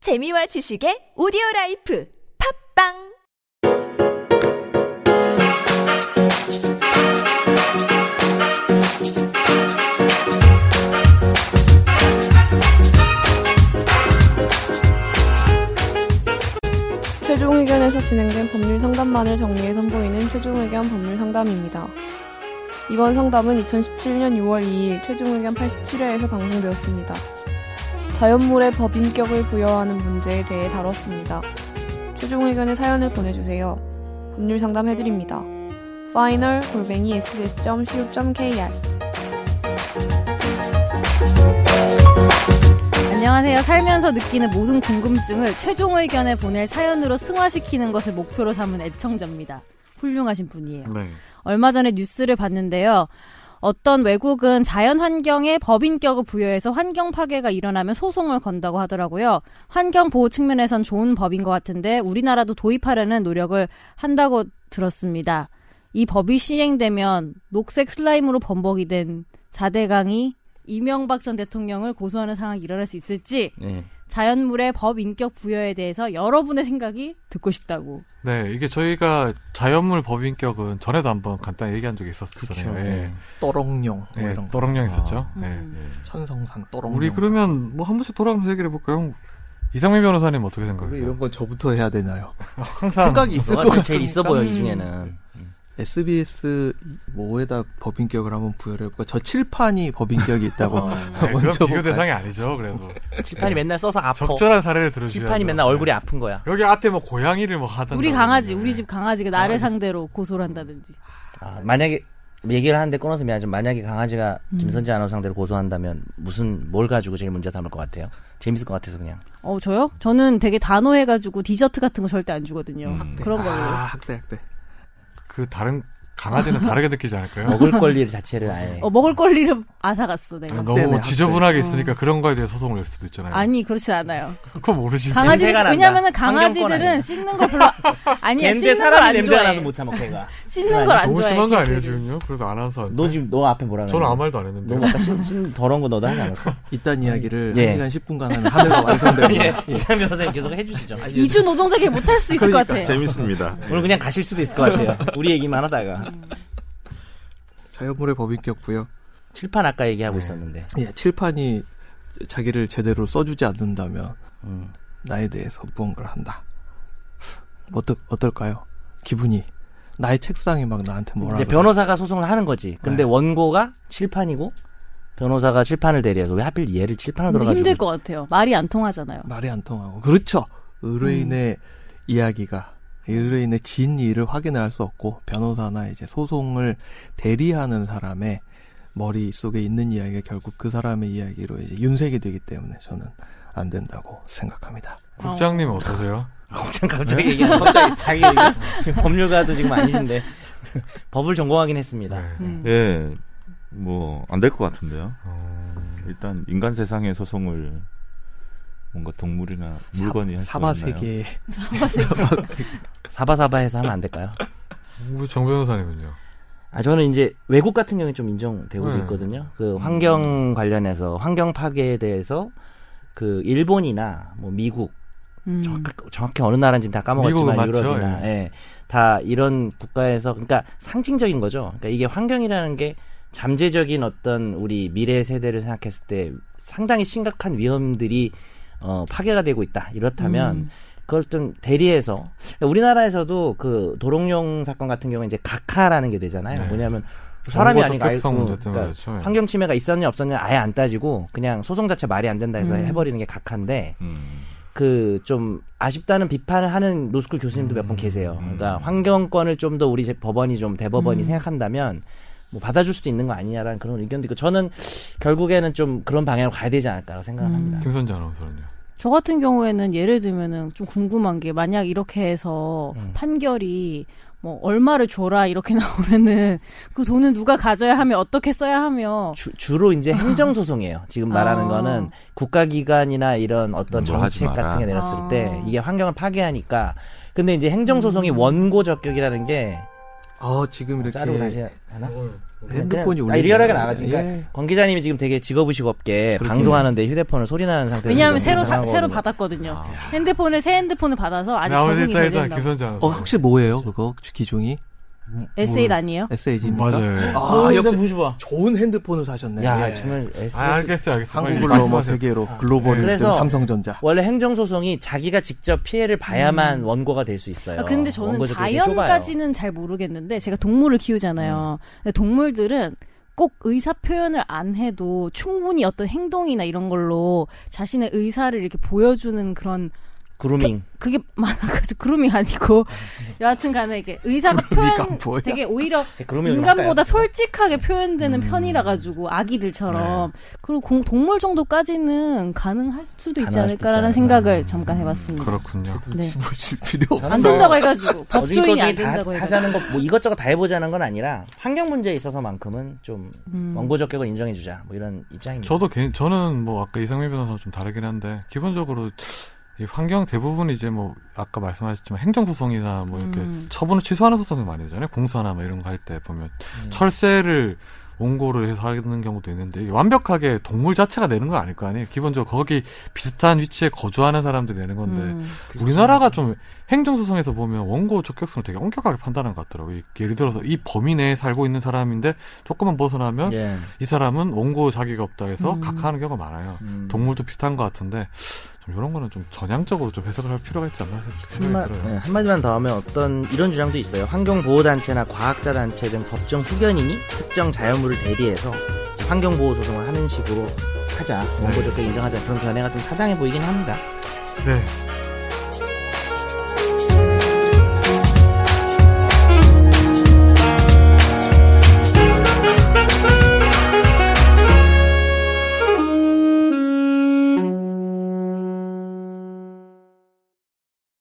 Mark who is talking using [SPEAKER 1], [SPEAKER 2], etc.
[SPEAKER 1] 재미와 지식의 오디오 라이프 팝빵
[SPEAKER 2] 최종 의견에서 진행된 법률 상담만을 정리해 선보이는 최종 의견 법률 상담입니다. 이번 상담은 2017년 6월 2일 최종 의견 87회에서 방송되었습니다. 자연물의 법인격을 부여하는 문제에 대해 다뤘습니다. 최종 의견의 사연을 보내주세요. 법률 상담해드립니다. final 골뱅이 sbs.co.kr
[SPEAKER 3] 안녕하세요. 살면서 느끼는 모든 궁금증을 최종 의견에 보낼 사연으로 승화시키는 것을 목표로 삼은 애청자입니다. 훌륭하신 분이에요.
[SPEAKER 4] 네.
[SPEAKER 3] 얼마 전에 뉴스를 봤는데요. 어떤 외국은 자연 환경에 법인격을 부여해서 환경 파괴가 일어나면 소송을 건다고 하더라고요. 환경 보호 측면에선 좋은 법인 것 같은데 우리나라도 도입하려는 노력을 한다고 들었습니다. 이 법이 시행되면 녹색 슬라임으로 범벅이 된 4대강이 이명박 전 대통령을 고소하는 상황이 일어날 수 있을지
[SPEAKER 4] 네.
[SPEAKER 3] 자연물의 법 인격 부여에 대해서 여러분의 생각이 듣고 싶다고.
[SPEAKER 5] 네, 이게 저희가 자연물 법인격은 전에도 한번 간단히 얘기한 적이 있었잖아요.
[SPEAKER 4] 그쵸.
[SPEAKER 5] 예.
[SPEAKER 6] 또롱뇽 뭐
[SPEAKER 5] 예,
[SPEAKER 6] 이런 거
[SPEAKER 5] 또렁령 있었죠.
[SPEAKER 4] 아.
[SPEAKER 5] 예.
[SPEAKER 3] 음.
[SPEAKER 6] 천성산 또롱뇽
[SPEAKER 5] 우리 그러면 뭐 한 번씩 돌아가면서 얘기를 해볼까요? 이상민 변호사님 어떻게
[SPEAKER 6] 왜
[SPEAKER 5] 생각하세요?
[SPEAKER 6] 이런 건 저부터 해야 되나요?
[SPEAKER 5] 항상
[SPEAKER 6] 생각이 있을 것
[SPEAKER 4] 너가
[SPEAKER 6] 같아요.
[SPEAKER 4] 제일 있어 보여
[SPEAKER 7] 음.
[SPEAKER 4] 이 중에는.
[SPEAKER 6] SBS 뭐에다 법인격을 한번 부여를 해볼까? 저 칠판이 법인격이 있다고.
[SPEAKER 4] 어.
[SPEAKER 5] 네, 그건
[SPEAKER 6] 먼저
[SPEAKER 5] 비교
[SPEAKER 6] 볼까요?
[SPEAKER 5] 대상이 아니죠. 그래도
[SPEAKER 7] 어,
[SPEAKER 4] 칠판이 맨날 써서 아파.
[SPEAKER 5] 적절한 네. 사례를 들어주셔야
[SPEAKER 4] 칠판이 맨날 얼굴이 아픈 거야.
[SPEAKER 5] 여기 앞에 뭐 고양이를 뭐 하던
[SPEAKER 3] 우리 강아지, 우리 집 네. 강아지가 나를 상대로 고소를 한다든지.
[SPEAKER 7] 아, 만약에 얘기를 하는데 끊어서 미안하지만 만약에 강아지가
[SPEAKER 4] 음.
[SPEAKER 7] 김선재 아나운서 상대로 고소한다면 무슨 뭘 가지고 제일 문제 삼을 것 같아요? 재밌을 것 같아서 그냥
[SPEAKER 3] 어, 저요? 저는 되게 단호해가지고 디저트 같은 거 절대 안 주거든요.
[SPEAKER 7] 음, 네.
[SPEAKER 3] 그런 걸로.
[SPEAKER 6] 아, 학대, 학대.
[SPEAKER 5] 그 다른 강아지는 다르게 느끼지 않을까요?
[SPEAKER 7] 먹을 권리 자체를 아예
[SPEAKER 3] 어, 먹을 권리를 앗아갔어, 내가.
[SPEAKER 5] 너무
[SPEAKER 6] 학대네,
[SPEAKER 5] 지저분하게 있으니까 그런 거에 대해 소송을 낼 수도 있잖아요.
[SPEAKER 3] 음. 아니, 그렇지 않아요.
[SPEAKER 5] 그건 모르지.
[SPEAKER 3] 강아지,
[SPEAKER 7] 냄새가 난다.
[SPEAKER 3] 왜냐면은
[SPEAKER 7] 환경권
[SPEAKER 3] 강아지들은
[SPEAKER 7] 아니야.
[SPEAKER 3] 씻는 거 별로, 아니야,
[SPEAKER 7] 걘데
[SPEAKER 3] 씻는 걸
[SPEAKER 7] 사람이
[SPEAKER 3] 안
[SPEAKER 7] 냄새가 나서
[SPEAKER 3] 좋아해.
[SPEAKER 7] 못 참아 걔가
[SPEAKER 3] 씻는 걸 안
[SPEAKER 5] 너무
[SPEAKER 3] 좋아해.
[SPEAKER 5] 심한 거 아니에요
[SPEAKER 3] 걔들은.
[SPEAKER 5] 지금요? 그래도 아나운서
[SPEAKER 7] 너 지금 너 앞에 뭐라
[SPEAKER 5] 저는 아무
[SPEAKER 7] 그러는데?
[SPEAKER 5] 말도 안 했는데.
[SPEAKER 7] 네. 너무 아까 심, 심 더러운 거 너도 하지 않았어?
[SPEAKER 6] 이딴 이야기를
[SPEAKER 7] 예.
[SPEAKER 6] 1시간 10분간 하면 하늘과 완성되고.
[SPEAKER 7] 예. 이상 변호사님 계속 해주시죠
[SPEAKER 3] 이주 노동자계 못할 수 있을
[SPEAKER 5] 그러니까
[SPEAKER 3] 것 같아요.
[SPEAKER 8] 재밌습니다.
[SPEAKER 7] 오늘 그냥 가실 수도 있을 것 같아요 우리 얘기만 하다가
[SPEAKER 4] 음.
[SPEAKER 6] 자연물의 법인격 부여.
[SPEAKER 7] 칠판 아까 얘기하고 있었는데
[SPEAKER 6] 예, 칠판이 자기를 제대로 써주지 않는다면 나에 대해서 무언가를 한다. 뭐 어떠, 어떨까요? 기분이. 나의 책상에 막 나한테 뭐라
[SPEAKER 7] 이제
[SPEAKER 6] 그래.
[SPEAKER 7] 변호사가 소송을 하는 거지 근데 원고가 칠판이고 변호사가 칠판을 대리해서 왜 하필 얘를 칠판으로
[SPEAKER 3] 근데
[SPEAKER 7] 들어가지고
[SPEAKER 3] 힘들 것 같아요. 말이 안 통하잖아요.
[SPEAKER 6] 말이 안 통하고 그렇죠 의뢰인의 이야기가 의뢰인의 진위를 확인할 수 없고 변호사나 이제 소송을 대리하는 사람의 머릿속에 있는 이야기가 결국 그 사람의 이야기로 이제 윤색이 되기 때문에 저는 안 된다고 생각합니다.
[SPEAKER 3] 어.
[SPEAKER 5] 국장님 어떠세요?
[SPEAKER 7] 엄청 갑자기 얘기하는 네. 갑자기 자기 얘기. 법률가도 지금 아니신데 법을 전공하긴
[SPEAKER 5] 네.
[SPEAKER 7] 했습니다.
[SPEAKER 8] 예, 뭐 안 될 것 같은데요. 일단 인간 세상의 소송을 뭔가 동물이나 물건이 할수
[SPEAKER 6] 사바 세계
[SPEAKER 7] 사바사바해서 하면 안 될까요?
[SPEAKER 5] 우리 정 변호사님은요?
[SPEAKER 7] 아 저는 이제 외국 같은 경우에 좀 인정되고
[SPEAKER 5] 네.
[SPEAKER 7] 있거든요. 그 환경 관련해서 환경 파괴에 대해서 그 일본이나 뭐 미국
[SPEAKER 3] 음.
[SPEAKER 5] 그-
[SPEAKER 7] 정확- 정확히 어느 나라인지는 다 까먹었지만
[SPEAKER 5] 미국은 맞죠,
[SPEAKER 7] 유럽이나 예. 다 이런 국가에서 그러니까 상징적인 거죠. 그러니까 이게 환경이라는 게 잠재적인 어떤 우리 미래 세대를 생각했을 때 상당히 심각한 위험들이 어, 파괴가 되고 있다. 이렇다면
[SPEAKER 3] 음.
[SPEAKER 7] 그걸 좀 대리해서 그러니까 우리나라에서도 그 도롱뇽 사건 같은 경우에 이제 각하라는 게 되잖아요.
[SPEAKER 5] 네.
[SPEAKER 7] 뭐냐면 사람이
[SPEAKER 5] 정보
[SPEAKER 7] 아니고 아예
[SPEAKER 5] 적격성
[SPEAKER 7] 그-
[SPEAKER 5] 문제 때문에
[SPEAKER 7] 그러니까
[SPEAKER 5] 그렇죠. 예.
[SPEAKER 7] 환경 침해가 있었냐 없었냐 아예 안 따지고 그냥 소송 자체 말이 안 된다 해서
[SPEAKER 3] 음.
[SPEAKER 7] 해버리는 게 각하인데
[SPEAKER 8] 음,
[SPEAKER 7] 그 좀 아쉽다는 비판을 하는 로스쿨 교수님도
[SPEAKER 8] 음.
[SPEAKER 7] 몇 분 계세요. 그러니까 환경권을 좀 더 우리 제- 법원이 좀 대법원이
[SPEAKER 3] 음.
[SPEAKER 7] 생각한다면 뭐 받아줄 수도 있는 거 아니냐라는 그런 의견도 있고 저는 결국에는 좀 그런 방향으로 가야 되지 않을까라고 생각을
[SPEAKER 3] 음.
[SPEAKER 7] 합니다.
[SPEAKER 5] 김선재 아나운서는요?
[SPEAKER 3] 저 같은 경우에는 예를 들면은 좀 궁금한 게 만약 이렇게 해서
[SPEAKER 7] 음.
[SPEAKER 3] 판결이 뭐 얼마를 줘라 이렇게 나오면은 그 돈은 누가 가져야 하며 어떻게 써야 하며
[SPEAKER 7] 주, 로 이제 행정 소송이에요. 지금 말하는
[SPEAKER 3] 아.
[SPEAKER 7] 거는 국가기관이나 이런 어떤
[SPEAKER 8] 뭘 음, 하지
[SPEAKER 7] 정책
[SPEAKER 8] 마라.
[SPEAKER 7] 같은 게 내렸을
[SPEAKER 3] 아. 음.
[SPEAKER 7] 때 이게 환경을 파괴하니까 근데 이제 행정 소송이 원고 적격이라는 게
[SPEAKER 6] 어 지금 이렇게
[SPEAKER 7] 자르고 다시 하나?
[SPEAKER 6] 핸드폰이
[SPEAKER 7] 그냥
[SPEAKER 6] 아, 울리는
[SPEAKER 7] 다 리얼하게
[SPEAKER 6] 거예요.
[SPEAKER 7] 나가니까
[SPEAKER 6] 예.
[SPEAKER 7] 권 기자님이 지금 되게 직업의식없게
[SPEAKER 6] 그렇군요.
[SPEAKER 7] 방송하는데 휴대폰을 소리나는 상태에서
[SPEAKER 3] 왜냐하면
[SPEAKER 7] 지금
[SPEAKER 3] 새로 사-
[SPEAKER 7] 방송하고
[SPEAKER 3] 새로
[SPEAKER 7] 있는 거예요.
[SPEAKER 3] 받았거든요. 핸드폰을 새 핸드폰을 받아서 아직 적응이
[SPEAKER 5] 일단
[SPEAKER 3] 덜
[SPEAKER 5] 일단
[SPEAKER 3] 된다고.
[SPEAKER 5] 김선장
[SPEAKER 6] 어, 혹시 뭐예요, 그거? 기종이?
[SPEAKER 3] 에세이 아니에요?
[SPEAKER 6] 네, SAG입니까?
[SPEAKER 5] 맞아요.
[SPEAKER 6] 아,
[SPEAKER 7] 어,
[SPEAKER 6] 역시
[SPEAKER 7] 이거 보지 마.
[SPEAKER 6] 좋은 핸드폰을 사셨네.
[SPEAKER 7] 야,
[SPEAKER 6] 예.
[SPEAKER 7] 정말
[SPEAKER 5] 아,
[SPEAKER 7] SBS
[SPEAKER 5] 알겠어요, 알겠어요. 빨리
[SPEAKER 6] 한국을 넘어
[SPEAKER 5] 말씀하세요. 아.
[SPEAKER 6] 세계로 글로벌을
[SPEAKER 7] 그래서-
[SPEAKER 6] 이끈 삼성전자.
[SPEAKER 7] 원래 행정 소송이 자기가 직접 피해를 봐야만 원고가 될 수 있어요.
[SPEAKER 3] 아, 근데 저는
[SPEAKER 7] 원고도 되게 좁아요.
[SPEAKER 3] 자연까지는 잘 모르겠는데 제가 동물을 키우잖아요. 근데 동물들은 꼭 의사 표현을 안 해도 충분히 어떤 행동이나 이런 걸로 자신의 의사를 이렇게 보여주는 그런
[SPEAKER 7] 그루밍.
[SPEAKER 3] 그게 많아가지고 그루밍 아니고 여하튼간에 이게 의사가
[SPEAKER 6] 그루밍이가
[SPEAKER 3] 표현
[SPEAKER 6] 뭐야?
[SPEAKER 3] 되게 오히려
[SPEAKER 7] 제 그루밍을 좀 음. 할까요?
[SPEAKER 3] 인간보다 솔직하게 표현되는 편이라 가지고 아기들처럼
[SPEAKER 7] 네.
[SPEAKER 3] 그리고 공- 동물 정도까지는 가능할 수도 있지
[SPEAKER 7] 가능할 수도
[SPEAKER 3] 않을까라는
[SPEAKER 7] 있지 음.
[SPEAKER 3] 생각을 잠깐 해봤습니다.
[SPEAKER 5] 그렇군요.
[SPEAKER 3] 네.
[SPEAKER 6] 보실 필요 없어.
[SPEAKER 3] 안 된다고 해가지고
[SPEAKER 7] 뭐 어지간히
[SPEAKER 3] 법조인이 안
[SPEAKER 7] 다
[SPEAKER 3] 된다고 해가지고
[SPEAKER 7] 하자는 거 뭐 이것저것 다 해보자는 건 아니라 환경 문제에 있어서만큼은 좀
[SPEAKER 3] 음.
[SPEAKER 7] 원고적 격을 인정해주자 뭐 이런 입장입니다.
[SPEAKER 5] 저도 개인, 저는 뭐 아까 이상민 변호사와 좀 다르긴 한데 기본적으로 이 환경 대부분 이제 뭐 아까 말씀하셨지만 행정소송이나 뭐 이렇게
[SPEAKER 3] 음.
[SPEAKER 5] 처분을 취소하는 소송이 많이 되잖아요. 공사나 뭐 이런 거 할 때 보면 철새를 원고를 해서 하는 경우도 있는데 이게 완벽하게 동물 자체가 내는 건 아닐 거 아니에요. 기본적으로 거기 비슷한 위치에 거주하는 사람들이 내는 건데
[SPEAKER 3] 음.
[SPEAKER 5] 우리나라가 좀 행정소송에서 보면 원고 적격성을 되게 엄격하게 판단하는 것 같더라고요. 예를 들어서 이 범위 내에 살고 있는 사람인데 조금만 벗어나면
[SPEAKER 7] 예.
[SPEAKER 5] 이 사람은 원고 자기가 없다 해서
[SPEAKER 3] 음.
[SPEAKER 5] 각하하는 경우가 많아요.
[SPEAKER 7] 음.
[SPEAKER 5] 동물도 비슷한 것 같은데 좀 이런 거는 좀 전향적으로 좀 해석을 할 필요가 있지 않나 생각이
[SPEAKER 7] 한마,
[SPEAKER 5] 들어요.
[SPEAKER 7] 예, 한마디만 더 하면 어떤 이런 주장도 있어요. 환경보호단체나 과학자단체 등 법정 후견인이 특정 자연물을 대리해서 환경보호 소송을 하는 식으로 하자, 원고적격 인정하자 그런 견해가 좀 타당해 보이긴 합니다.
[SPEAKER 5] 네,